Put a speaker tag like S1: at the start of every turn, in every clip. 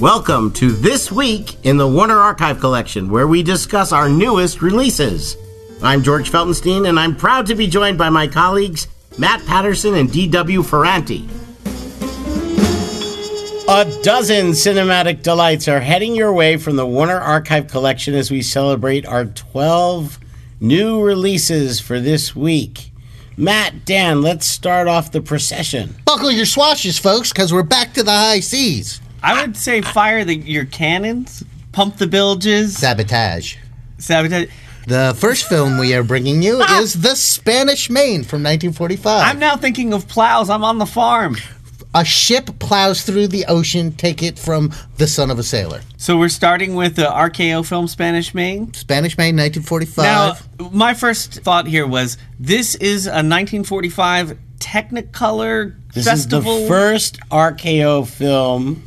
S1: Welcome to This Week in the Warner Archive Collection, where we discuss our newest releases. I'm George Feltenstein, and I'm proud to be joined by my colleagues Matt Patterson and D.W. Ferranti. A dozen cinematic delights are heading your way from the Warner Archive Collection as we celebrate our 12 new releases for this week. Matt, Dan, let's start off the procession.
S2: Buckle your swashes, folks, because we're back to the high seas.
S3: I would say fire the, your cannons, pump the bilges,
S2: Sabotage.
S3: sabotage.
S2: The first film we are bringing you is The Spanish Main from 1945.
S3: I'm now thinking of plows. I'm on the farm.
S2: a ship plows through the ocean, take it from the son of a sailor.
S3: So we're starting with the RKO film Spanish Main.
S2: Spanish Main, 1945.
S3: Now, my first thought here was this is a 1945 Technicolor
S1: This
S3: festival.
S1: is the first RKO film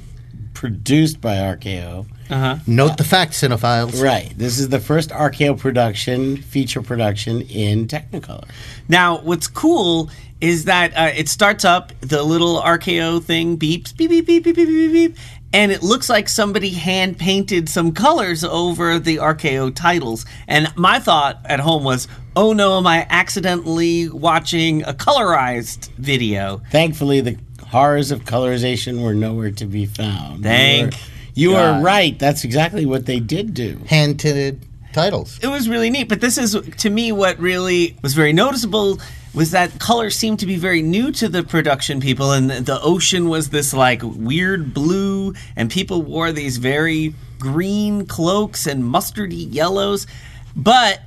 S1: produced by RKO.
S2: Note the fact, cinephiles.
S1: Right. This is the first RKO production, feature production in Technicolor.
S3: Now, what's cool is that uh, it starts up, the little RKO thing beeps, beep, beep, beep, beep, beep, beep, beep, and it looks like somebody hand painted some colors over the RKO titles. And my thought at home was, oh no, am I accidentally watching a colorized video?
S1: Thankfully, the horrors of colorization were nowhere to be found.
S3: Thank
S1: You are
S2: God.
S1: right. That's exactly what they did do.
S2: Hand tinted titles.
S3: It was really neat, but this is, to me, what really was very noticeable. Was that color seemed to be very new to the production people, and the- the ocean was this like weird blue, and people wore these very green cloaks and mustardy yellows. But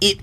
S3: it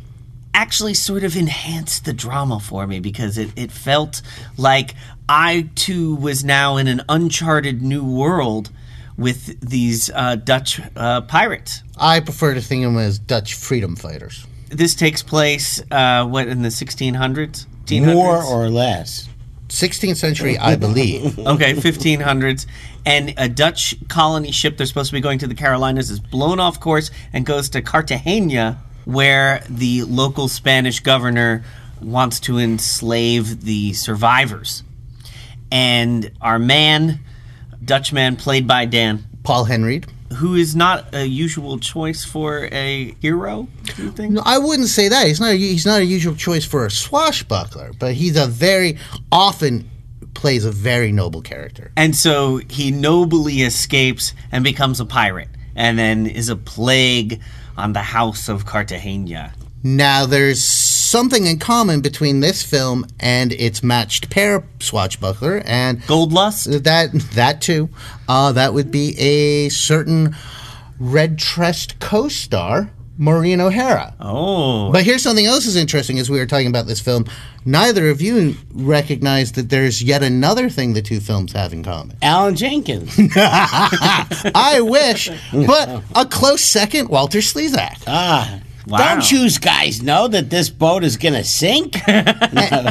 S3: actually sort of enhanced the drama for me because it, it felt like I too was now in an uncharted new world with these uh, Dutch uh, pirates
S2: I prefer to think of them as Dutch freedom fighters.
S3: this takes place uh, what in the 1600s 1500s?
S1: More or less.
S2: 16th century, I believe.
S3: okay 1500s and a dutch colony ship they're supposed to be going to the carolinas is blown off course and goes to cartagena where the local spanish governor wants to enslave the survivors and our man dutchman played by dan
S2: Paul Henreid.
S3: who is not a usual choice for a hero do you think
S2: No, I wouldn't say that. He's not. A, he's not a usual choice for a swashbuckler, but he's a very often plays a very noble character.
S3: And so he nobly escapes and becomes a pirate, and then is a plague on the house of Cartagena.
S2: Now, there's something in common between this film and its matched pair, swashbuckler, and
S3: Gold lust?
S2: that that too. Uh, that would be a certain red tressed co-star Maureen O'Hara.
S3: Oh.
S2: But here's something else that's interesting as we were talking about this film. Neither of you recognize that there's yet another thing the two films have in common.
S1: Alan Jenkins.
S2: Ah, I wish, but a close second, Walter Slezak.
S1: ah.
S3: Wow.
S1: Don't you guys know that this boat is going to sink?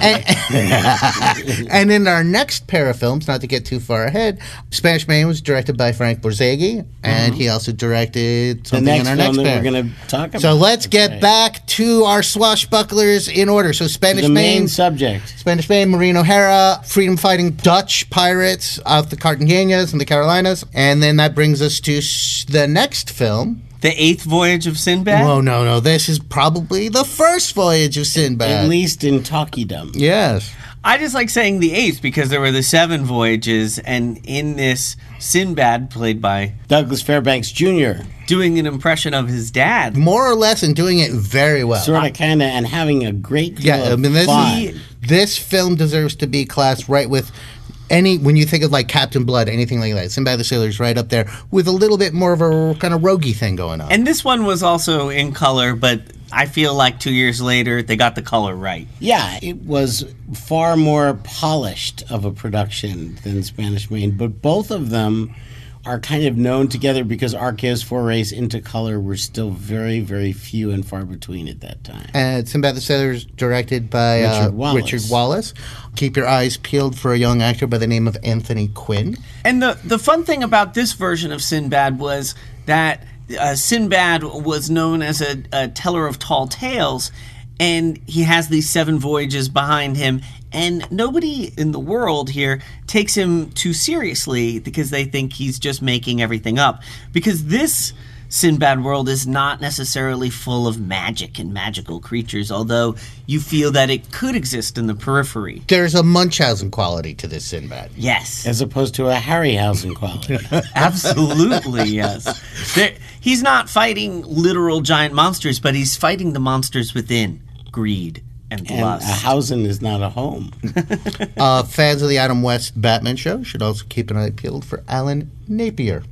S2: and, and in our next pair of films, not to get too far ahead, Spanish Main was directed by Frank Borzaghi, and he also directed
S1: Mm-hmm. the
S2: something
S1: next
S2: in our
S1: film
S2: next
S1: that
S2: pair.
S1: we're going to talk about.
S2: so let's get
S1: Right.
S2: back to our swashbucklers in order. So Spanish
S1: The main
S2: Main,
S1: subject.
S2: Spanish Main, Maureen O'Hara, freedom-fighting Dutch pirates of the Cartagenas and the Carolinas, and then that brings us to s the next film.
S3: The Eighth Voyage of Sinbad?
S2: Oh no, no! This is probably the first voyage of Sinbad.
S1: At least in Talkiedom.
S2: Yes.
S3: I just like saying the eighth because there were the seven voyages, and in this, Sinbad, played by
S1: Douglas Fairbanks Jr.
S3: doing an impression of his dad.
S2: More or less, and doing it very well.
S1: Sort of, kind of, and having a great deal
S2: yeah, I
S1: of
S2: mean this
S1: fun.
S2: is, this film deserves to be classed right with any when you think of like Captain Blood, anything like that. Sinbad the Sailor's right up there with a little bit more of a kind of roguey thing going on.
S3: And this one was also in color, but I feel like two years later, they got the color right.
S1: Yeah, it was far more polished of a production than Spanish Main, but both of them are kind of known together because RKO's forays into color were still very, very few and far between at that time.
S2: And Sinbad the Sailor's directed by
S1: Richard
S2: uh,
S1: Wallace.
S2: Richard Wallace. Keep your eyes peeled for a young actor by the name of Anthony Quinn.
S3: And the the fun thing about this version of Sinbad was that uh, Sinbad was known as a, a teller of tall tales, and he has these seven voyages behind him and nobody in the world here takes him too seriously because they think he's just making everything up because this Sinbad world is not necessarily full of magic and magical creatures, although you feel that it could exist in the periphery.
S2: There's a Munchausen quality to this Sinbad.
S3: Yes.
S1: as opposed to a Harryhausen quality.
S3: Absolutely, yes. There, he's not fighting literal giant monsters, but he's fighting the monsters within greed and
S1: and a
S3: lust.
S1: housing is not a home.
S2: Uh, fans of the Adam West Batman show should also keep an eye peeled for Alan Napier,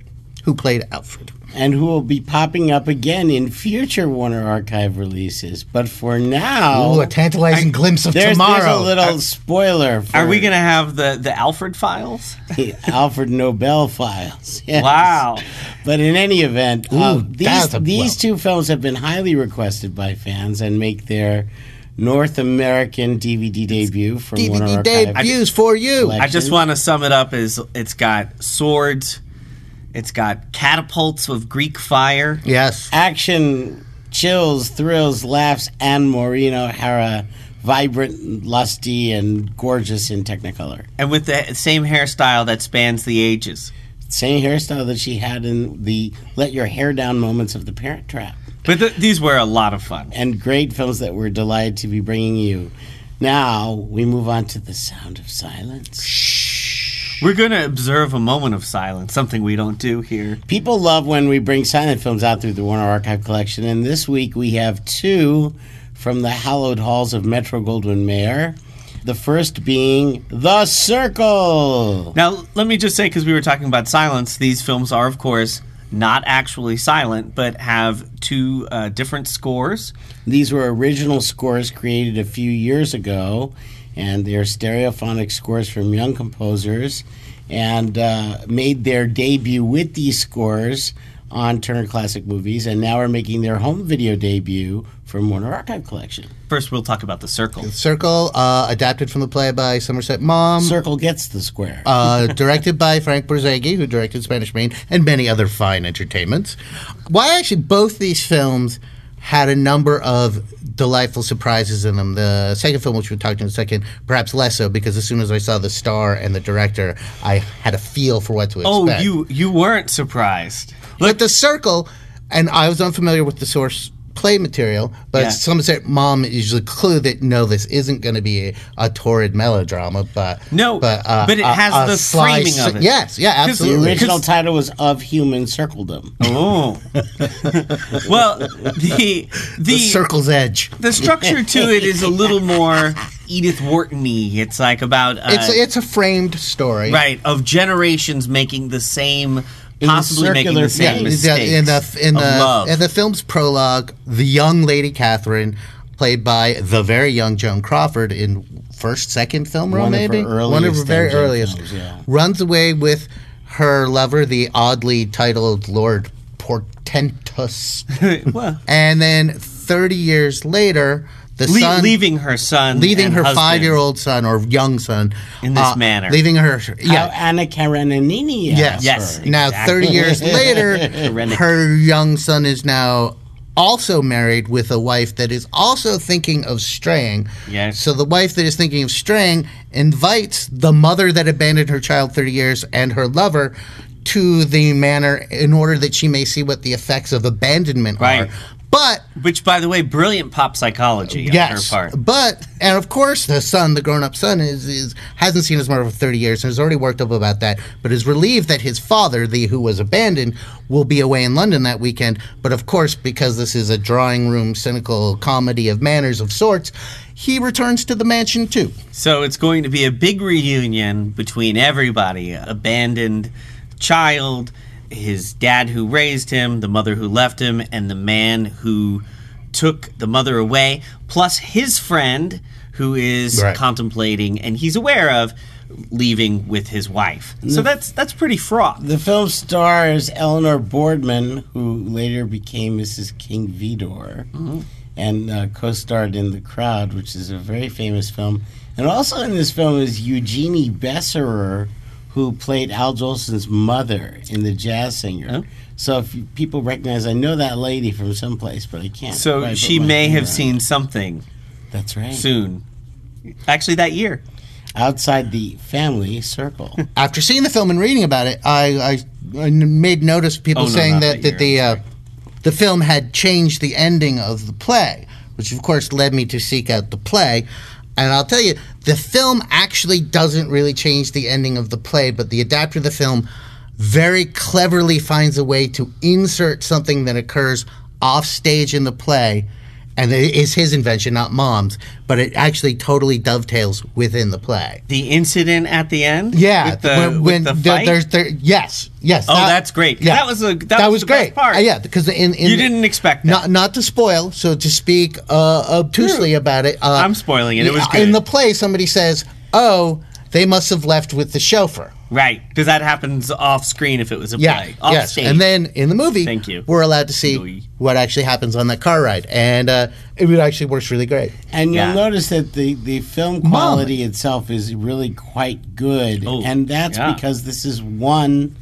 S2: who played Alfred.
S1: and who will be popping up again in future Warner Archive releases. But for now,
S2: Ooh, a tantalizing glimpse of
S1: Oh. there's,
S2: tomorrow. Uh,
S1: there's a little spoiler. For
S3: Are we going to have the, the Alfred files?
S1: the Alfred Nobel files? Yes.
S3: Wow.
S1: But in any event, uh,
S2: Ooh,
S1: these
S2: that's a-
S1: these
S2: wow.
S1: two films have been highly requested by fans and make their North American DVD debut from Warner
S2: DVD
S1: Archive.
S2: debuts for you.
S1: Like-
S3: I just
S1: Action.
S3: want to sum it up as it's got swords, it's got catapults of Greek fire.
S2: yes.
S1: action, chills, thrills, laughs, and Maureen O'Hara, vibrant, lusty, and gorgeous in Technicolor.
S3: and with the same hairstyle that spans the ages.
S1: Same hairstyle that she had in the "Let Your Hair Down" moments of The Parent Trap,
S3: But th- these were a lot of fun.
S1: and great films that we're delighted to be bringing you. Now we move on to the sound of silence.
S3: We're going to observe a moment of silence, something we don't do here.
S1: People love when we bring silent films out through the Warner Archive collection, and this week we have two from the hallowed halls of Metro Goldwyn Mayer. The first being The Circle.
S3: Now, let me just say, because we were talking about silence, these films are, of course, not actually silent, but have two uh, different scores.
S1: These were original scores created a few years ago, and they're stereophonic scores from young composers, and uh, made their debut with these scores on Turner Classic Movies, and now are making their home video debut from Warner Archive Collection.
S3: First, we'll talk about the circle.
S2: Circle, uh, adapted from the play by Somerset Maugham.
S1: Circle gets the square.
S2: uh, directed by Frank Berzaghi, who directed Spanish Main and many other fine entertainments. Why actually both these films had a number of delightful surprises in them. The second film, which we'll talk to in a second, perhaps less so because as soon as I saw the star and the director, I had a feel for what to expect.
S3: Oh, you, you weren't surprised.
S2: But the circle, and I was unfamiliar with the source play material, but
S3: Yeah.
S2: some said mom usually clue that no, this isn't going to be a, a torrid melodrama, but uh,
S3: No, but it has the framing
S2: slice-
S3: of it.
S2: Yes, yeah,
S3: Because the
S1: the
S2: absolutely.
S1: original title was Of Human Circledom.
S3: Oh. well, the, the,
S2: The circle's edge.
S3: the structure to it is a little more Edith Wharton-y. It's like about uh,
S2: It's it's a framed story,
S3: right of generations making the same possibly making
S1: circular
S3: the same
S1: vein.
S2: Yeah,
S3: mistakes
S2: in the in
S3: of
S2: the
S3: love.
S2: in the film's prologue, the young lady Catherine, played by the very young Joan Crawford in first second film role,
S1: One of her
S2: maybe one of her
S1: earliest
S2: very
S1: MJ
S2: earliest,
S1: films, yeah.
S2: runs away with her lover, the oddly titled Lord Portentus,
S3: Well,
S2: and then thirty years later, the
S3: le-
S2: son
S3: leaving her son
S2: leaving
S3: and
S2: her
S3: husband.
S2: five-year-old son or young son uh,
S3: In this manner.
S2: leaving her
S1: Yeah.
S2: yeah
S1: Anna Karenina.
S2: Yes.
S3: Yes.
S2: Now,
S3: Exactly.
S2: 30 years later,
S3: Horrendous.
S2: her young son is now also married with a wife that is also thinking of straying.
S3: Yes.
S2: So the wife that is thinking of straying invites the mother that abandoned her child 30 years and her lover to the manor in order that she may see what the effects of abandonment
S3: Right.
S2: are. But
S3: which by the way brilliant pop psychology
S2: Yes,
S3: on her part
S2: but and of course the son, the grown-up son, is, is hasn't seen his mother for thirty years and is already worked up about that, but is relieved that his father, the who was abandoned, will be away in London that weekend. But of course, because this is a drawing room cynical comedy of manners of sorts, he returns to the mansion too.
S3: so it's going to be a big reunion between everybody abandoned child his dad who raised him the mother who left him and the man who took the mother away plus his friend who is
S2: Right.
S3: contemplating and he's aware of leaving with his wife
S2: Mm.
S3: so that's that's pretty fraught
S1: The film stars Eleanor Boardman, who later became Mrs. King Vidor,
S3: Mm-hmm.
S1: and uh, co-starred in *The Crowd*, which is a very famous film. And also in this film is Eugenie Besserer, who played Al Jolson's mother in *The Jazz Singer*.
S3: Oh.
S1: So if you- people recognize, I know that lady from someplace, but I can't.
S3: So
S1: quite put
S3: she
S1: my
S3: may
S1: finger
S3: have
S1: on it.
S3: seen something
S1: That's right.
S3: soon. Actually, that year.
S1: Outside the family circle.
S2: After seeing the film and reading about it, I, I, I made notice of people
S3: Oh, no,
S2: saying
S3: not
S2: that,
S3: that
S2: that, the
S3: year.
S2: uh, the film had changed the ending of the play, which of course led me to seek out the play. And I'll tell you, the film actually doesn't really change the ending of the play, but the adapter of the film very cleverly finds a way to insert something that occurs off stage in the play. And it is his invention, not mom's, but it actually totally dovetails within the play.
S3: The incident at the end?
S2: Yeah,
S3: With the,
S2: when,
S3: with
S2: when
S3: the
S2: there-
S3: fight?
S2: there's there, yes, yes.
S3: Oh, that's great. That was a- that was the best
S2: great
S3: part.
S2: Uh, yeah, because in, in
S3: You didn't expect that.
S2: not not to spoil, so to speak uh, obtusely about it. Uh,
S3: I'm spoiling it. It was
S2: yeah, in
S3: good.
S2: the play. Somebody says, "Oh, they must have left with the chauffeur."
S3: right. Because that happens off screen if it was a
S2: Yeah,
S3: play. Off
S2: yes.
S3: stage.
S2: And then in the movie,
S3: Thank you.
S2: we're allowed to see
S3: Louis.
S2: what actually happens on that car ride, and uh, it would actually works really great.
S1: And you'll
S3: Yeah.
S1: notice that the, the film quality itself is really quite good.
S3: Oh,
S1: and that's
S3: yeah.
S1: because this is one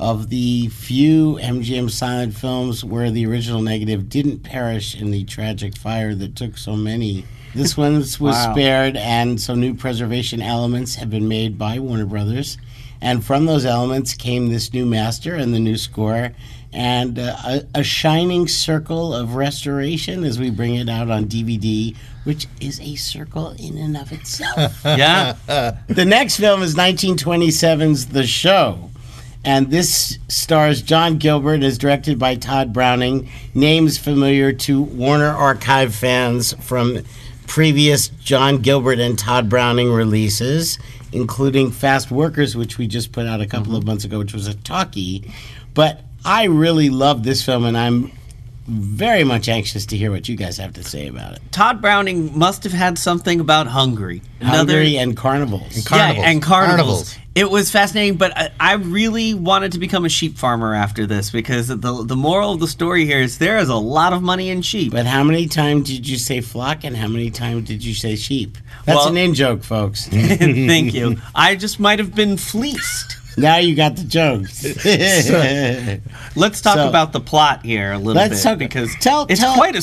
S1: of the few MGM silent films where the original negative didn't perish in the tragic fire that took so many. This one was
S3: Wow.
S1: spared, and some new preservation elements have been made by Warner Brothers. And from those elements came this new master and the new score, and uh, a, a shining circle of restoration as we bring it out on DVD, which is a circle in and of itself.
S3: yeah.
S2: uh,
S1: the next film is 1927's The Show. And this stars John Gilbert, is directed by Todd Browning, names familiar to Warner Archive fans from previous John Gilbert and Todd Browning releases, including Fast Workers, which we just put out a couple of months ago, which was a talkie. But I really love this film, and I'm very much anxious to hear what you guys have to say about it.
S3: Todd Browning must have had something about Hungary.
S1: Hungary and Carnivals.
S2: Carnivals.
S3: Yeah, and carnivals.
S2: Carnivals.
S3: It was fascinating, but I, I really wanted to become a sheep farmer after this because the the moral of the story here is there is a lot of money in sheep.
S1: But how many times did you say flock and how many times did you say sheep? That's
S3: Well-
S1: an in joke, folks.
S3: Thank you. I just might have been fleeced.
S1: now you got the jokes.
S3: Let's talk
S1: So-
S3: about the plot here a little
S1: Let's
S3: bit
S1: talk-
S3: because
S1: tell-
S3: it's
S1: tell-
S3: quite a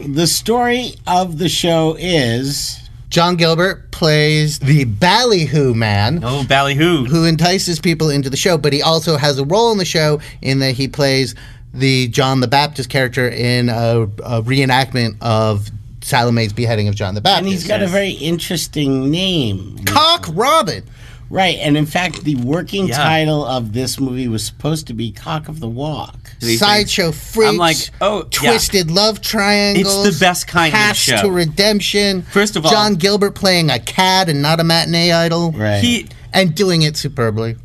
S1: the story of the show is
S2: John Gilbert plays the ballyhoo man.
S3: Oh, ballyhoo.
S2: who entices people into the show, but he also has a role in the show in that he plays the John the Baptist character in a, a reenactment of Salome's beheading of John the Baptist.
S1: and he's got a very interesting name.
S2: Cock Robin.
S1: Right, and in fact the working
S3: Yeah.
S1: title of this movie was supposed to be Cock of the Walk.
S3: These
S2: Sideshow freaks.
S3: like, oh, yeah.
S2: twisted love triangles.
S3: It's the best kind of
S2: paths
S3: show.
S2: to redemption.
S3: First of all-
S2: John Gilbert playing a cad and not a matinee idol,
S1: Right.
S3: He
S2: and doing it superbly.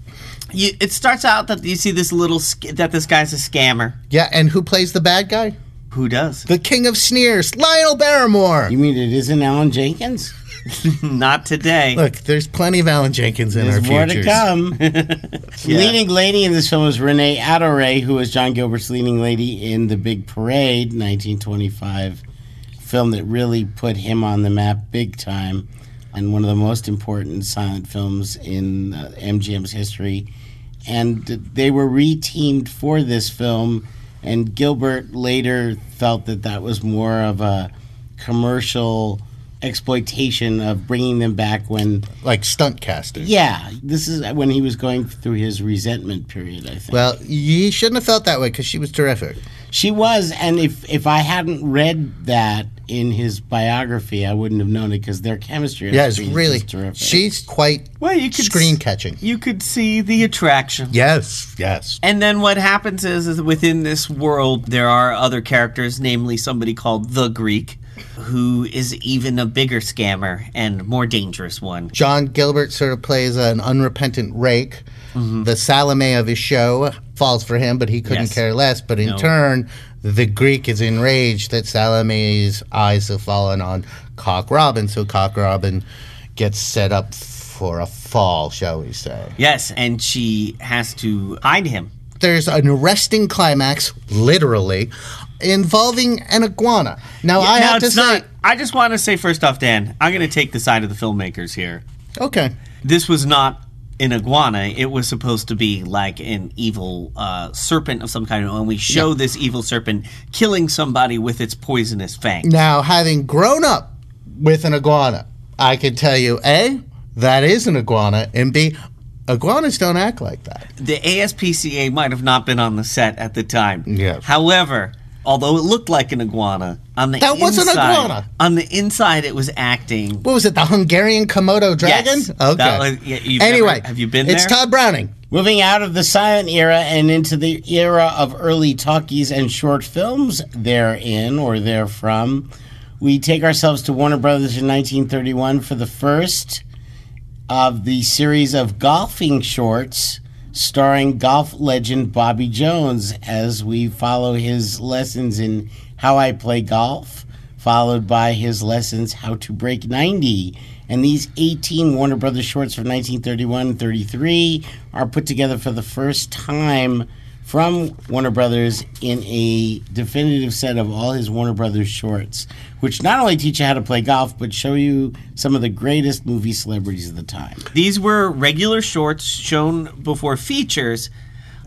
S3: you, it starts out that you see this little sc- that this guy's a scammer.
S2: Yeah, and who plays the bad guy?
S3: Who does?
S2: The king of sneers, Lionel Barrymore.
S1: you mean it isn't Alan Jenkins?
S3: Not today.
S2: Look, there's plenty of Alan Jenkins in
S1: There's
S2: our
S1: more
S2: futures.
S1: to come. Leading lady in this film is Renee Adore, who was John Gilbert's leading lady in The Big Parade, 1925 film that really put him on the map big time, and one of the most important silent films in uh, MGM's history. And they were reteamed for this film, and Gilbert later felt that that was more of a commercial exploitation of bringing them back when
S2: like stunt casting.
S1: yeah, this is when he was going through his resentment period. I think
S2: Well, you shouldn't have felt that way because she was terrific.
S1: she was, and if if I hadn't read that in his biography, I wouldn't have known it because their chemistry. on
S2: Yeah, it's
S1: screen is
S2: really
S1: just terrific.
S2: she's quite
S3: Well, you could
S2: screen
S3: s-
S2: catching.
S3: You could see the attraction.
S2: Yes, yes.
S3: And then what happens is, is within this world there are other characters, namely somebody called the Greek, who is even a bigger scammer and more dangerous one.
S2: John Gilbert sort of plays an unrepentant rake.
S1: Mm-hmm.
S2: The Salome of his show falls for him, but he couldn't
S3: Yes.
S2: care less. But in
S3: No.
S2: turn, the Greek is enraged that Salome's eyes have fallen on Cock Robin, so Cock Robin gets set up for a fall, shall we say.
S3: Yes, and she has to hide him.
S2: there's an arresting climax, literally, involving an iguana. Now I
S3: now
S2: have to
S3: it's
S2: say,
S3: not. I just want to say first off, Dan, I'm going to take the side of the filmmakers here.
S2: okay,
S3: This was not an iguana. It was supposed to be like an evil uh, serpent of some kind, and we show this evil serpent killing somebody with its poisonous fangs.
S2: now having grown up with an iguana. I can tell you, A, that is an iguana, and B, iguanas don't act like that.
S3: The ASPCA might have not been on the set at the time.
S2: Yeah.
S3: However, although it looked like an iguana, on the
S2: That was an
S3: inside,
S2: iguana.
S3: On the inside, it was acting.
S2: What was it, the Hungarian Komodo dragon?
S3: Yes.
S2: Okay.
S3: That was- yeah, you've
S2: anyway,
S3: never- have you been
S2: It's
S3: there?
S2: Todd Browning.
S1: Moving out of the silent era and into the era of early talkies and short films therein or therefrom, we take ourselves to Warner Brothers in 1931 for the first of the series of golfing shorts starring golf legend Bobby Jones as we follow his lessons in how I play golf, followed by his lessons how to break 90. And these 18 Warner Brothers shorts from 1931 and 33 are put together for the first time from Warner Brothers in a definitive set of all his Warner Brothers shorts, which not only teach you how to play golf, but show you some of the greatest movie celebrities of the time.
S3: These were regular shorts shown before features.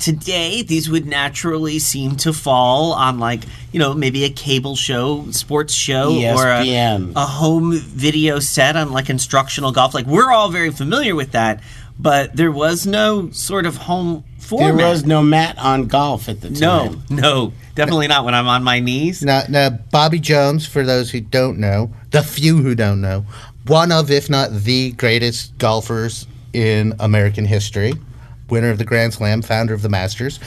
S3: Today, these would naturally seem to fall on, like, you know, maybe a cable show, sports show, or
S1: ESPN.
S3: a, a home video set on, like, instructional golf. Like, we're all very familiar with that, but there was no sort of home
S1: There
S3: format.
S1: was no mat on golf at the time.
S3: no, no, definitely not when I'm on my knees.
S2: Now, now, Bobby Jones, for those who don't know, the few who don't know, one of, if not the greatest golfers in American history, winner of the Grand Slam, founder of the Masters.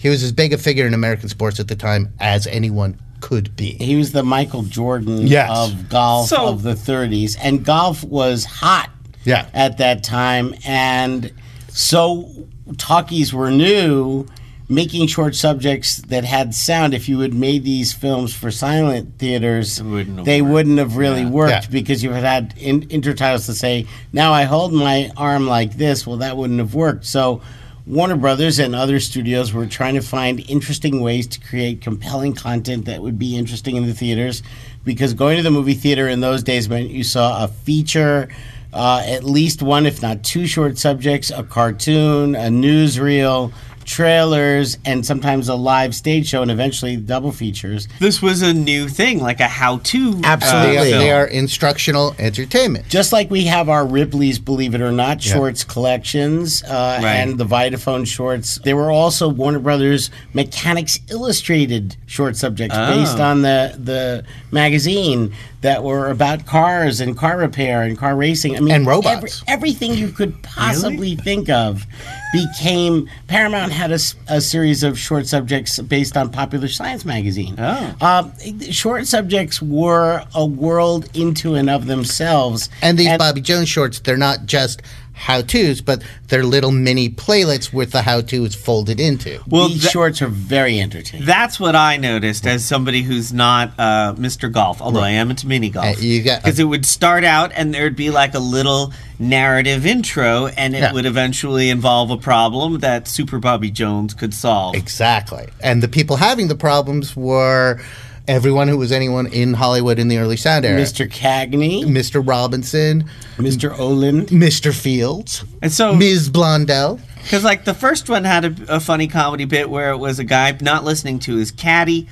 S2: He was as big a figure in American sports at the time as anyone could be.
S1: He was the Michael Jordan
S2: Yes.
S1: of golf
S3: So-
S1: of the 30s. And golf was hot
S2: Yeah.
S1: at that time. And so talkies were new, making short subjects that had sound. If you had made these films for silent theaters,
S3: wouldn't have
S1: they wouldn't have really worked
S2: Yeah.
S1: because you had had in, intertitles to say, now I hold my arm like this. Well, that wouldn't have worked. So Warner Brothers and other studios were trying to find interesting ways to create compelling content that would be interesting in the theaters because going to the movie theater in those days meant you saw a feature. Uh, at least one, if not two, short subjects, a cartoon, a newsreel, trailers, and sometimes a live stage show, and eventually double features.
S3: This was a new thing, like a how-to. uh,
S1: Absolutely.
S2: They are-
S3: film.
S2: they are instructional entertainment.
S1: Just like we have our Ripley's Believe It or Not
S2: Yeah.
S1: shorts collections uh,
S3: Right.
S1: and the Vitaphone shorts, there were also Warner Brothers Mechanics Illustrated short subjects
S2: Oh.
S1: based on the, the magazine that were about cars and car repair and car racing. I mean,
S2: And robots.
S1: everything you could possibly think of became Paramount had a, s- a series of short subjects based on Popular Science magazine.
S3: Oh.
S1: Um, short subjects were a world into and of themselves.
S2: And these Bobby Jones shorts, they're not just how to's, but they're little mini playlets with the how to's folded into.
S3: Well,
S1: these
S3: tha-
S1: shorts are very entertaining.
S3: That's what I noticed as somebody who's not uh, Mr. Golf, although I am into mini golf.
S2: Uh, you got-
S3: because it would start out and there'd be like a little narrative intro, and it
S2: Yeah.
S3: would eventually involve a problem that Super Bobby Jones could solve.
S2: Exactly. And the people having the problems were everyone who was anyone in Hollywood in the early sound era.
S1: Mr. Cagney,
S2: Mr. Robinson,
S1: Mr. Olin.
S2: Mr. Fields,
S3: And so,
S2: Ms. Blondell.
S3: because like the first one had a, a funny comedy bit where it was a guy not listening to his caddy.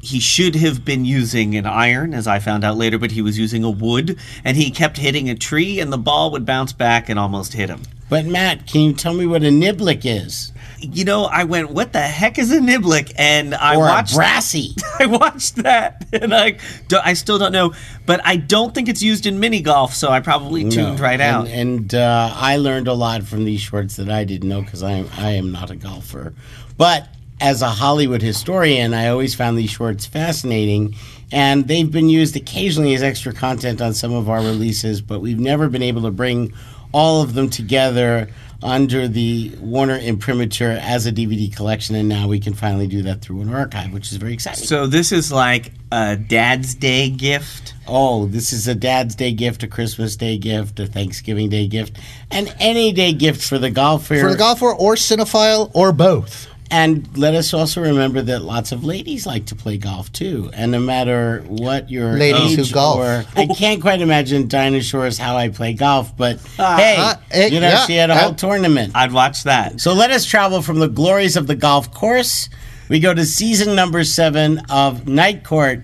S3: He should have been using an iron, as I found out later, but he was using a wood, and he kept hitting a tree, and the ball would bounce back and almost hit him.
S1: But Matt, can you tell me what a niblick is?
S3: you know, I went, what the heck is a niblick? And I
S1: Or a
S3: watched
S1: brassy?
S3: I watched that and I, do- I still don't know, but I don't think it's used in mini golf, so I probably tuned right
S1: and,
S3: out.
S1: And uh, I learned a lot from these shorts that I didn't know because I am I am not a golfer, but as a Hollywood historian, I always found these shorts fascinating, and they've been used occasionally as extra content on some of our releases, but we've never been able to bring all of them together under the Warner imprimatur as a DVD collection, and now we can finally do that through an archive, which is very exciting.
S3: so this is like a dad's day gift.
S1: Oh, this is a Dad's Day gift, a Christmas Day gift, a Thanksgiving Day gift, and any day gift for the golfer.
S2: For the golfer or cinephile or both.
S1: and let us also remember that lots of ladies like to play golf too. And no matter what your
S2: Ladies
S1: age
S2: who golf. Oh.
S1: or I can't quite imagine dinosaurs how I play golf, but
S2: uh,
S1: hey,
S2: eh,
S1: you know
S2: yeah,
S1: she had a
S2: uh,
S1: whole tournament.
S3: I'd watch that.
S1: So let us travel from the glories of the golf course. We go to season number seven of Night Court,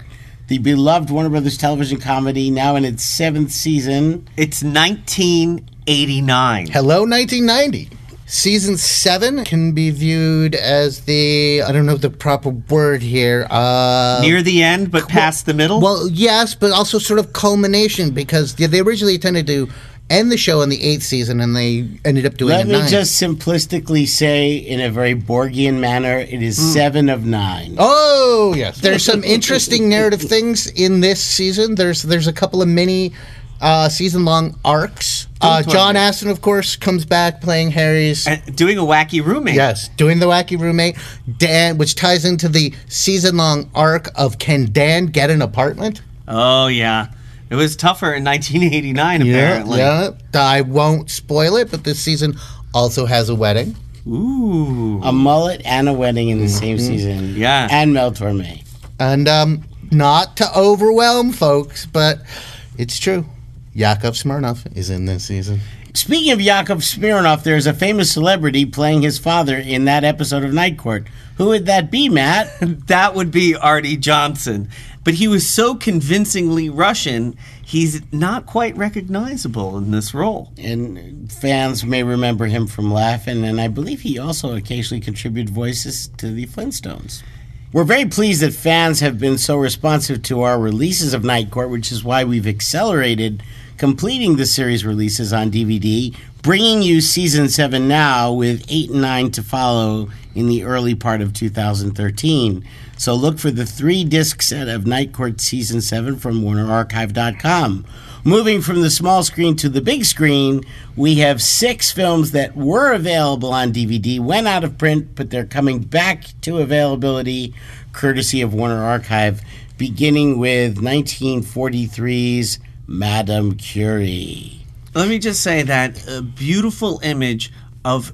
S1: the beloved Warner Brothers television comedy, now in its seventh season.
S3: It's 1989.
S2: Hello, 1990. Season seven can be viewed as the I don't know the proper word here. Uh,
S3: Near the end, but past the middle.
S2: well, yes, but also sort of culmination because they, they originally intended to end the show in the eighth season, and they ended up doing.
S1: Let
S2: a
S1: me
S2: ninth.
S1: just simplistically say, in a very Borgian manner, it is seven of nine.
S2: Hmm. Oh yes, there's some interesting narrative things in this season. There's there's a couple of mini uh, season long arcs. Uh, John Aston, of course, comes back playing Harry's.
S3: And Uh, doing a wacky roommate.
S2: Yes, doing the wacky roommate, Dan, which ties into the season long arc of can Dan get an apartment?
S3: Oh yeah. It was tougher in 1989 apparently.
S2: yeah. I won't spoil it, but this season also has a wedding.
S3: Ooh.
S1: A mullet and a wedding in the
S2: Mm-hmm.
S1: same season.
S3: Yeah.
S1: And Mel Torme.
S2: And um, not to overwhelm folks, but it's true. Yakov Smirnov is in this season.
S1: Speaking of Yakov Smirnoff, there's a famous celebrity playing his father in that episode of Night Court. Who would that be, Matt?
S3: That would be Artie Johnson. But he was so convincingly Russian, he's not quite recognizable in this role.
S1: and fans may remember him from Laughing, and I believe he also occasionally contributed voices to the Flintstones. We're very pleased that fans have been so responsive to our releases of Night Court, which is why we've accelerated completing the series releases on DVD, bringing you season seven now with eight and nine to follow in the early part of 2013. So look for the three disc set of Night Court season seven from WarnerArchive.com. Moving from the small screen to the big screen, we have six films that were available on DVD, went out of print, but they're coming back to availability courtesy of Warner Archive, beginning with 1943's Madame Curie.
S3: Let me just say that a beautiful image of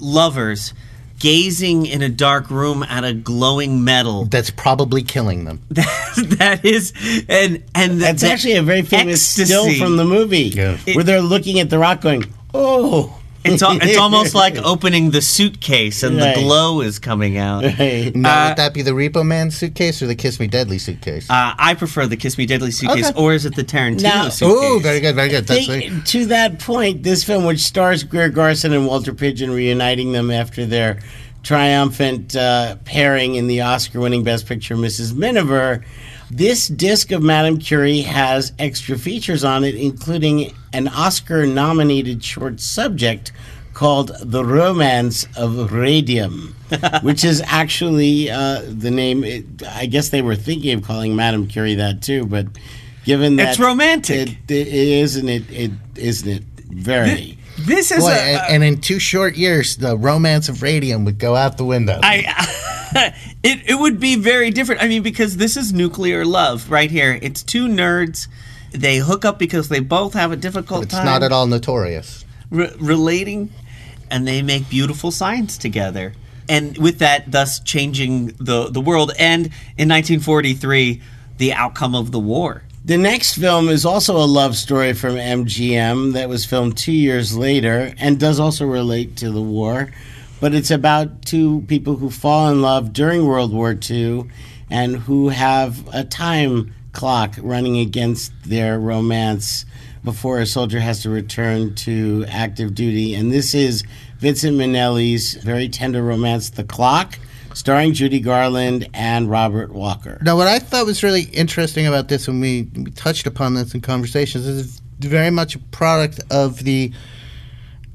S3: lovers gazing in a dark room at a glowing metal.
S2: That's probably killing them.
S3: that is and and
S1: That's
S3: the
S1: actually a very famous
S3: ecstasy.
S1: still from the movie
S2: Yeah.
S1: where they're looking at the rock going, oh.
S3: It's, al- it's almost like opening the suitcase and
S1: Right.
S3: the glow is coming out. Uh, Uh,
S1: Hey.
S2: Now, would that be the Repo Man suitcase or the Kiss Me Deadly suitcase?
S3: I prefer the Kiss Me Deadly suitcase,
S2: Okay.
S3: or is it the Tarantino
S1: Now-
S3: suitcase?
S2: oh, very good, very good. That's
S1: They-
S2: right.
S1: to that point, this film, which stars Greer Garson and Walter Pigeon reuniting them after their triumphant uh, pairing in the Oscar winning Best Picture, Mrs. Miniver, this disc of Madame Curie has extra features on it, including an Oscar nominated short subject called The Romance of Radium, which is actually uh, the name. It, I guess they were thinking of calling Madame Curie that too, but given that
S3: It's romantic.
S1: it- it isn't it, it isn't it very
S3: This is
S2: Boy,
S3: a. uh,
S2: and, and in two short years, the romance of radium would go out the window.
S3: I, it, it would be very different. I mean, because this is nuclear love right here. It's two nerds. They hook up because they both have a difficult
S2: it's
S3: time
S2: not at all notorious.
S3: re- relating, and they make beautiful science together. And with that, thus changing the, the world. And in 1943, the outcome of the war.
S1: the next film is also a love story from MGM that was filmed 2 years later and does also relate to the war but it's about two people who fall in love during World War II and who have a time clock running against their romance before a soldier has to return to active duty and this is Vincent Minnelli's very tender romance The Clock starring Judy Garland and Robert Walker
S2: Now, what I thought was really interesting about this, and we, we touched upon this in conversations, this is very much a product of the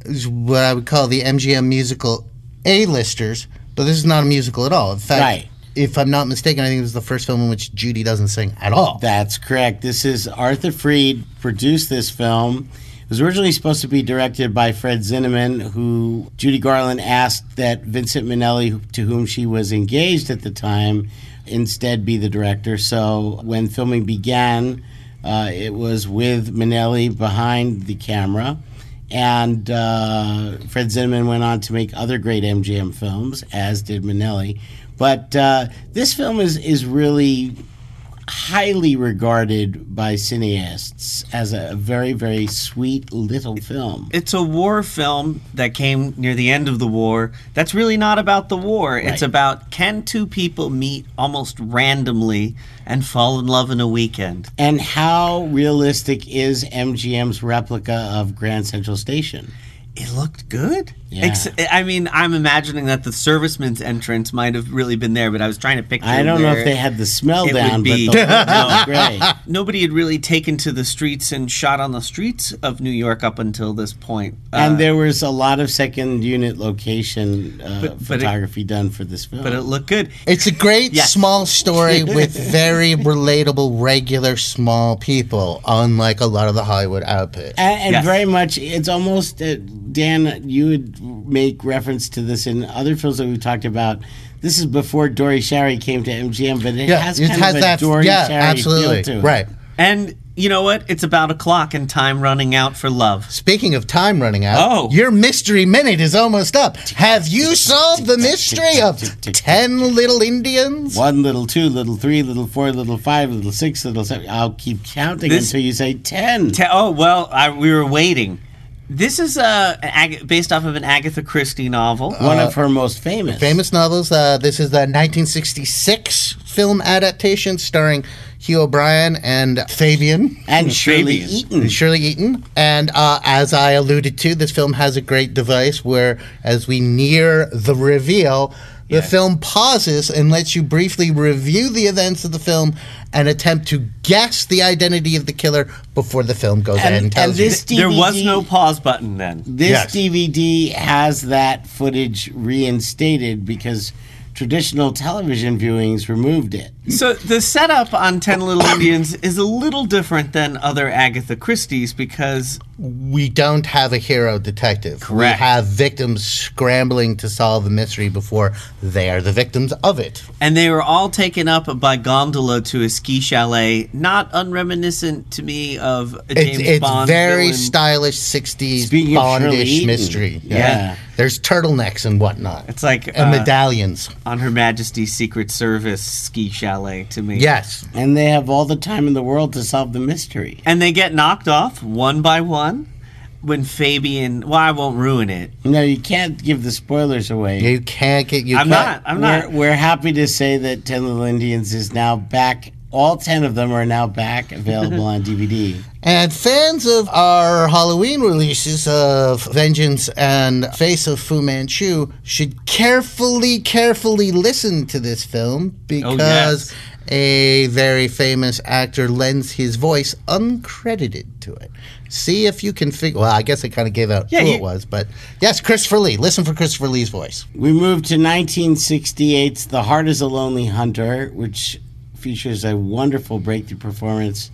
S2: is what I would call the MGM musical A-listers, but this is not a musical at all. In fact,
S1: Right.
S2: if I'm not mistaken, I think it was the first film in which Judy doesn't sing at all.
S1: That's correct. This is Arthur Freed produced this film. It was originally supposed to be directed by Fred Zinnemann, who Judy Garland asked that Vincent Minnelli, who- to whom she was engaged at the time, instead be the director. So when filming began, uh, it was with Minnelli behind the camera. And uh, Fred Zinnemann went on to make other great MGM films, as did Minnelli. But uh, this film is, is really highly regarded by cineasts as a very, very sweet little film.
S3: it's a war film that came near the end of the war. That's really not about the war. It's about can two people meet almost randomly and fall in love in a weekend?
S1: And how realistic is MGM's replica of Grand Central Station?
S3: It looked good.
S1: Yeah.
S3: Ex- I mean, I'm imagining that the serviceman's entrance might have really been there, but I was trying to picture.
S1: I don't know
S3: where-
S1: if they had the smell
S3: It would
S1: down,
S3: be-
S1: but the look was great.
S3: Nobody had really taken to the streets and shot on the streets of New York up until this point. Uh,
S1: And there was a lot of second unit location uh,
S3: But- but it-
S1: photography done for this film.
S3: but it looked good.
S2: It's a great
S3: Yes.
S2: small story with very relatable, regular small people, unlike a lot of the Hollywood output.
S1: And, and
S3: Yes.
S1: very much, it's almost uh, Dan. You would make reference to this in other films that we've talked about. This is before Dory Sherry came to MGM, but it
S2: Yeah,
S1: has
S2: it
S1: kind
S2: has
S1: of a
S2: that-
S1: Dory
S2: yeah,
S1: Sherry
S2: absolutely,
S1: feel to it.
S2: right.
S3: And you know what? It's about a clock and time running out for love.
S2: Speaking of time running out,
S3: Oh.
S2: your mystery minute is almost up. Have you solved the mystery of 10 little Indians?
S1: One little, two little, three little, four little, five little, six little, seven. I'll keep counting
S3: This-
S1: until you say ten.
S3: Te- oh well, I, we were waiting. This is uh, an Ag- based off of an Agatha Christie novel.
S2: Oh.
S1: One of her most famous.
S2: uh, Famous novels. Uh, this is the 1966 film adaptation starring Hugh O'Brien and Fabian.
S1: and Shirley
S3: Fabian.
S1: Eaton.
S2: and Shirley Eaton. And uh, as I alluded to, this film has a great device where, as we near the reveal, the film pauses and lets you briefly review the events of the film and attempt to guess the identity of the killer before the film goes ahead and
S1: And, and
S2: tells
S1: this DVD,
S3: There was no pause button then.
S1: This
S2: Yes.
S1: DVD has that footage reinstated because traditional television viewings removed it.
S3: So the setup on Ten Little Indians is a little different than other Agatha Christie's because
S2: you we don't have a hero detective. We
S3: Correct.
S2: have victims scrambling to solve a mystery before they are the victims of it.
S3: and they were all taken up by gondola to a ski chalet, not unreminiscent to me of a
S2: It's,
S3: James
S2: it's
S3: Bond.
S2: very
S3: villain.
S2: stylish 60s
S1: Speaking of Shirley
S2: Bondish
S1: Eaton,
S2: mystery.
S1: yeah.
S2: There's turtlenecks and whatnot.
S3: It's like
S2: and
S3: uh,
S2: medallions.
S3: on Her Majesty's Secret Service ski chalet to me.
S2: Yes.
S1: And they have all the time in the world to solve the mystery.
S3: and they get knocked off one by one. When Fabian, well, I won't ruin it.
S1: No, you can't give the spoilers away.
S2: You can't get you
S3: I'm
S2: can't-
S3: not. I'm not.
S1: We're, we're happy to say that Ten Little Indians is now back. All ten of them are now back available on DVD.
S2: And fans of our Halloween releases of Vengeance and Face of Fu Manchu should carefully, carefully listen to this film
S3: Oh,
S2: because a very famous actor lends his voice uncredited to it. See if you can figure. Well, I guess I kind of gave out
S3: Yeah,
S2: who
S3: you-
S2: it was, but yes, Christopher Lee. Listen for Christopher Lee's voice.
S1: We move to 1968's The Heart is a Lonely Hunter, which features a wonderful breakthrough performance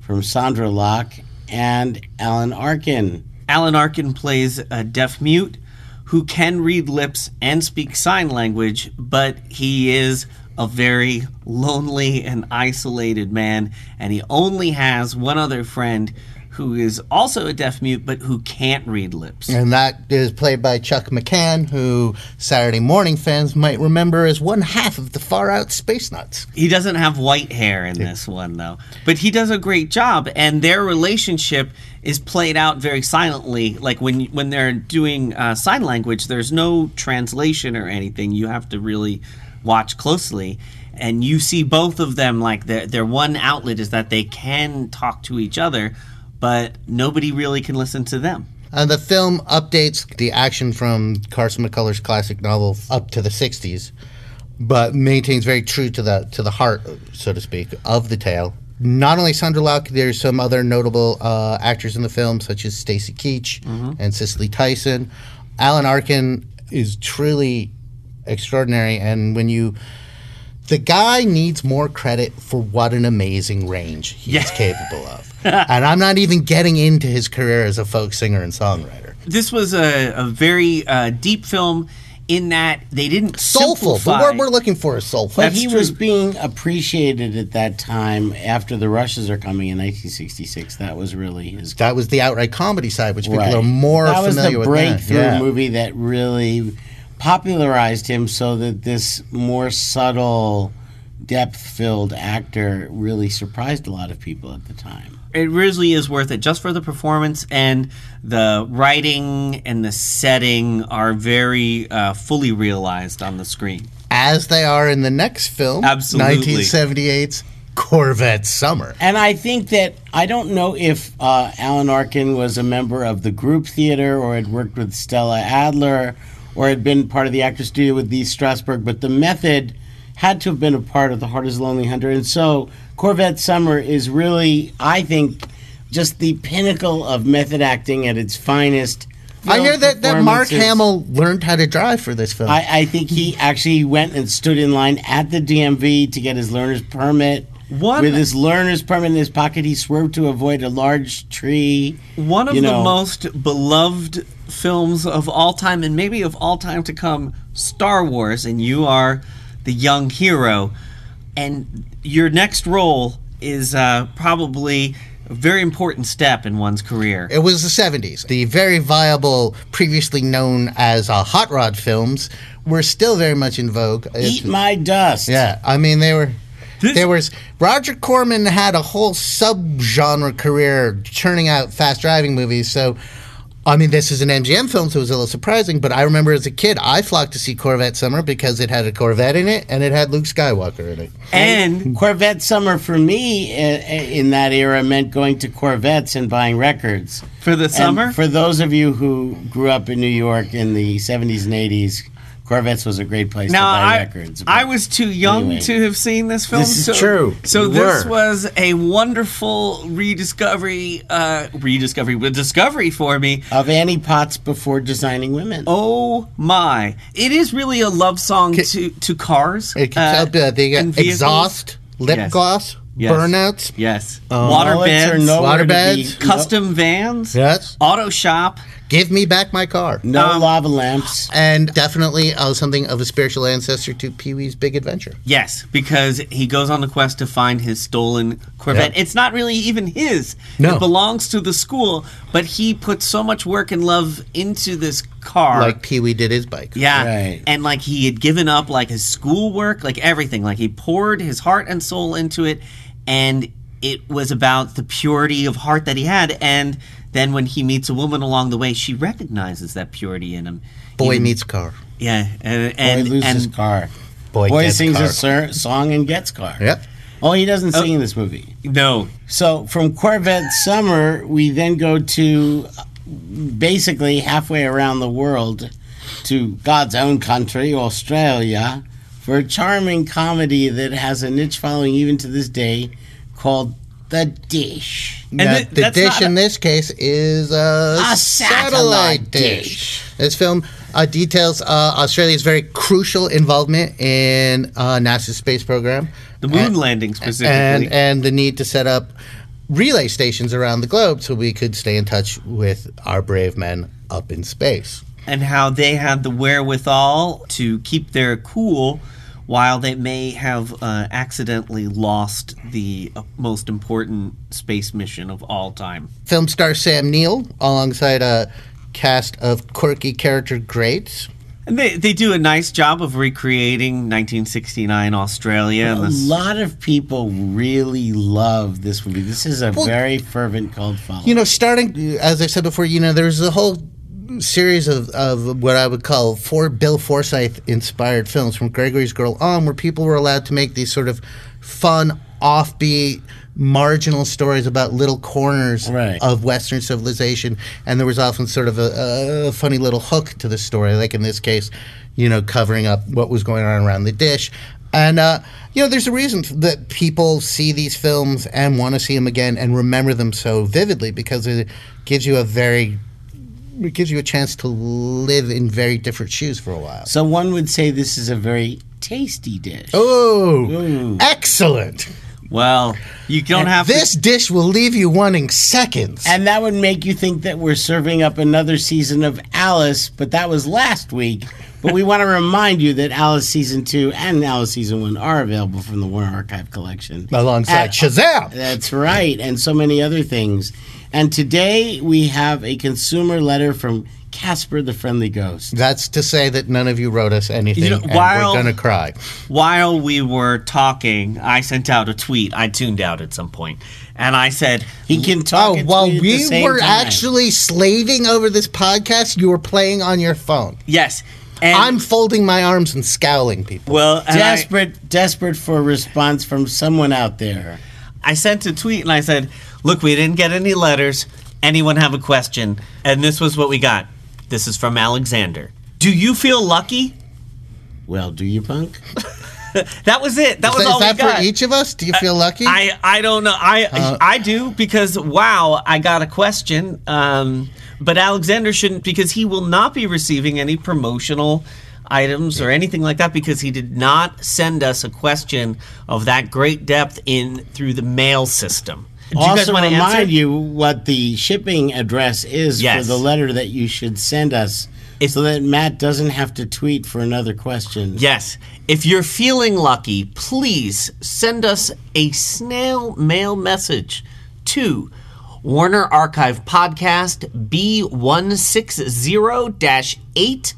S1: from Sandra Locke and Alan Arkin.
S3: Alan Arkin plays a deaf mute who can read lips and speak sign language, but he is a very lonely and isolated man, and he only has one other friend who is also a deaf mute, but who can't read lips.
S2: And that is played by Chuck McCann, who Saturday morning fans might remember as one half of the Far Out Space Nuts.
S3: He doesn't have white hair in this one though, but he does a great job, and their relationship is played out very silently. Like when when they're doing uh, sign language, there's no translation or anything. You have to really watch closely, and you see both of them. Like their their one outlet is that they can talk to each other, but nobody really can listen to them.
S2: And Uh, the film updates the action from Carson McCullers' classic novel up to the 60s, but maintains very true to the to the heart, so to speak, of the tale. Not only Sandra Locke, there's some other notable uh, actors in the film, such as Stacy Keach and Cicely Tyson. Alan Arkin is truly extraordinary, and when you the guy needs more credit for what an amazing range he's capable of. and I'm not even getting into his career as a folk singer and songwriter.
S3: This was a, a very uh, deep film in that they didn't
S2: Soulful. The
S3: simplify-
S2: word we're looking for is soulful.
S1: But he
S3: true.
S1: was being appreciated at that time after the Russians are coming in 1966. That was really his.
S2: that was the outright comedy side, which people
S1: Right.
S2: are more
S1: that was
S2: familiar
S1: the
S2: with.
S1: breakthrough
S2: now. Yeah.
S1: movie that really popularized him so that this more subtle depth filled actor really surprised a lot of people at the time.
S3: it really is worth it just for the performance and the writing and the setting are very uh, fully realized on the screen.
S2: as they are in the next film,
S3: Absolutely.
S2: 1978's Corvette Summer.
S1: And I think that I don't know if uh, Alan Arkin was a member of the group theater or had worked with Stella Adler or had been part of the actor studio with Lee Strasberg, but the method had to have been a part of The Heart is a Lonely Hunter. And so Corvette Summer is really, I think, just the pinnacle of method acting at its finest.
S2: I hear that, that Mark
S1: Performances.
S2: Hamill learned how to drive for this film.
S1: I, I think he actually went and stood in line at the DMV to get his learner's permit.
S3: One-
S1: With his learner's permit in his pocket, he swerved to avoid a large tree.
S3: One of
S1: You
S3: the
S1: know.
S3: most beloved films of all time, and maybe of all time to come, Star Wars, and you are the young hero. And your next role is uh, probably a very important step in one's career.
S2: It was the 70s. The very viable, previously known as uh, hot rod films, were still very much in vogue.
S1: Eat my dust.
S2: yeah, I mean they were.
S3: This-
S2: there was Roger Corman had a whole subgenre career churning out fast driving movies. So, I mean, this is an MGM film, so it was a little surprising. But I remember as a kid, I flocked to see Corvette Summer because it had a Corvette in it and it had Luke Skywalker in it.
S3: And
S1: Corvette summer for me uh, in that era meant going to Corvettes and buying records.
S3: for the
S1: And
S3: summer,
S1: for those of you who grew up in New York in the 70s and 80s, Corvettes was a great place
S3: Now
S1: to buy
S3: I,
S1: records. but-
S3: I was too young
S1: anyway.
S3: to have seen this film.
S4: This is
S3: so,
S4: true.
S3: So
S4: You
S3: this
S4: were.
S3: was a wonderful rediscovery, uh, rediscovery, well, discovery for me.
S1: of Annie Potts before designing women.
S3: Oh my! It is really a love song to to cars.
S2: It
S3: uh,
S2: up uh, the
S3: and vehicles.
S2: exhaust, lip
S3: Yes.
S2: gloss,
S3: Yes.
S2: burnouts.
S3: Yes.
S1: No,
S3: Water
S1: it's her
S3: beds.
S1: nowhere to be-
S2: Waterbeds.
S1: no-
S3: Custom vans.
S2: Yes.
S3: Auto shop.
S2: Give me back my car.
S1: No
S3: Um,
S1: lava lamps.
S2: And definitely uh, something of a spiritual ancestor to Pee Wee's Big Adventure.
S3: Yes, because he goes on the quest to find his stolen Corvette.
S2: Yeah.
S3: It's not really even his.
S2: No.
S3: It belongs to the school, but he put so much work and love into this car.
S2: Like Pee Wee did his bike.
S3: Yeah.
S1: Right.
S3: And like he had given up like his schoolwork, like everything. Like he poured his heart and soul into it and it was about the purity of heart that he had and then when he meets a woman along the way, she recognizes that purity in him.
S2: Boy meets car.
S3: Yeah, and
S1: Boy
S3: and,
S1: loses
S3: and
S1: car.
S2: Boy gets
S1: sings
S2: car.
S1: a sir- song and gets car.
S2: Yep.
S1: Oh, he doesn't sing in this movie.
S3: no,
S1: So from Corvette Summer, we then go to uh, basically halfway around the world to God's own country, Australia, for a charming comedy that has a niche following even to this day called The Dish.
S3: And
S2: Now,
S3: th-
S2: the
S3: that's
S2: dish
S3: not
S2: in this case is a,
S1: A
S2: satellite
S1: satellite
S2: dish.
S1: dish.
S2: This film uh, details uh, Australia's very crucial involvement in uh, NASA's space program.
S3: the moon landing specifically.
S2: and and the need to set up relay stations around the globe so we could stay in touch with our brave men up in space.
S3: and how they had the wherewithal to keep their cool while they may have uh, accidentally lost the uh, most important space mission of all time.
S2: Film star Sam Neill alongside a cast of quirky character greats.
S3: And they, they do a nice job of recreating 1969 Australia.
S1: A
S3: and this-
S1: lot of people really love this movie. This is a
S2: Well,
S1: very fervent cult following.
S2: You know, starting as I said before, you know, there's a whole series of, of what I would call four Bill Forsyth inspired films from Gregory's Girl on where people were allowed to make these sort of fun, offbeat, marginal stories about little corners
S1: Right.
S2: of Western civilization, and there was often sort of a, a funny little hook to the story, like in this case, you know, covering up what was going on around the dish. And, uh, you know, there's a reason that people see these films and want to see them again and remember them so vividly because it gives you a very, it gives you a chance to live in very different shoes for a while.
S1: So one would say this is a very tasty dish.
S2: Oh,
S1: Ooh.
S2: excellent.
S3: well, you don't have
S2: This
S3: to.
S2: dish will leave you wanting seconds.
S1: And that would make you think that we're serving up another season of Alice, but that was last week. But we want to remind you that Alice Season 2 and Alice Season 1 are available from the Warner Archive Collection. Uh,
S2: alongside
S1: At-
S2: Shazam.
S1: That's right, and so many other things. And today we have a consumer letter from Casper the Friendly Ghost.
S2: That's to say that none of you wrote us anything,
S3: You know,
S2: and
S3: while-
S2: we're gonna cry.
S3: While we were talking, I sent out a tweet. I tuned out at some point, and I said,
S1: He can talk.
S2: Oh,
S1: and
S2: while
S1: tweet at the
S2: we
S1: same
S2: were
S1: time.
S2: actually slaving over this podcast, you were playing on your phone.
S3: "Yes." And
S2: I'm folding my arms and scowling, people.
S3: well. and I-
S1: desperate, desperate for a response from someone out there.
S3: I sent a tweet and I said, "Look, we didn't get any letters. Anyone have a question?" And this was what we got. This is from Alexander. Do you feel lucky?
S1: Well, do you punk?
S3: That was it. That
S2: Is
S3: was
S2: that-
S3: all
S2: is that
S3: we got.
S2: for each Uh, of us? Do you feel lucky?
S3: I, I don't know. I I do because wow, I got a question. Um, but Alexander shouldn't because he will not be receiving any promotional items or anything like that because he did not send us a question of that great depth in through the mail system. Do you guys
S1: also,
S3: want to
S1: remind
S3: answer?
S1: you what the shipping address is
S3: Yes.
S1: for the letter that you should send us,
S3: It's-
S1: so that Matt doesn't have to tweet for another question.
S3: Yes. If you're feeling lucky, please send us a snail mail message to Warner Archive Podcast B160 8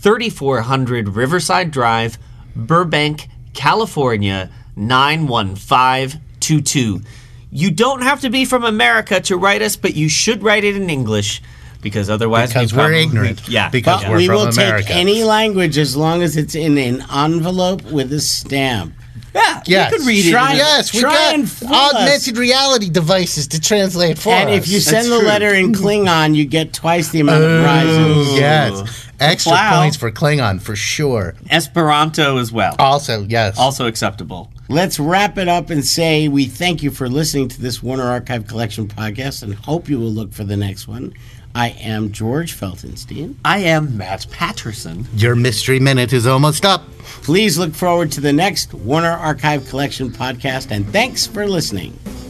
S3: 3400 Riverside Drive, Burbank, California 91522. You don't have to be from America to write us, but you should write it in English because otherwise we
S2: because we're
S3: probably-
S2: ignorant.
S3: Yeah.
S2: Because
S1: But
S2: we're
S1: we
S2: from
S1: will
S2: America.
S1: take any language as long as it's in an envelope with a stamp.
S3: yeah,
S2: Yes.
S3: you could read it.
S1: Try-
S3: in a-
S2: Yes, we
S1: Try
S2: got
S1: and fool us.
S2: augmented reality devices to translate for
S1: and
S2: us.
S1: if you
S2: That's
S1: send the
S2: true. Oh,
S1: letter in Klingon, you get twice the amount of
S2: Ooh,
S1: prizes.
S2: yes, extra
S3: Wow.
S2: points for Klingon for sure.
S3: Esperanto as well.
S2: Also, yes,
S3: also acceptable.
S1: Let's wrap it up and say we thank you for listening to this Warner Archive Collection podcast and hope you will look for the next one. I am George Feltenstein.
S3: I am Matt Patterson.
S2: your mystery minute is almost up.
S1: Please look forward to the next Warner Archive Collection podcast and thanks for listening.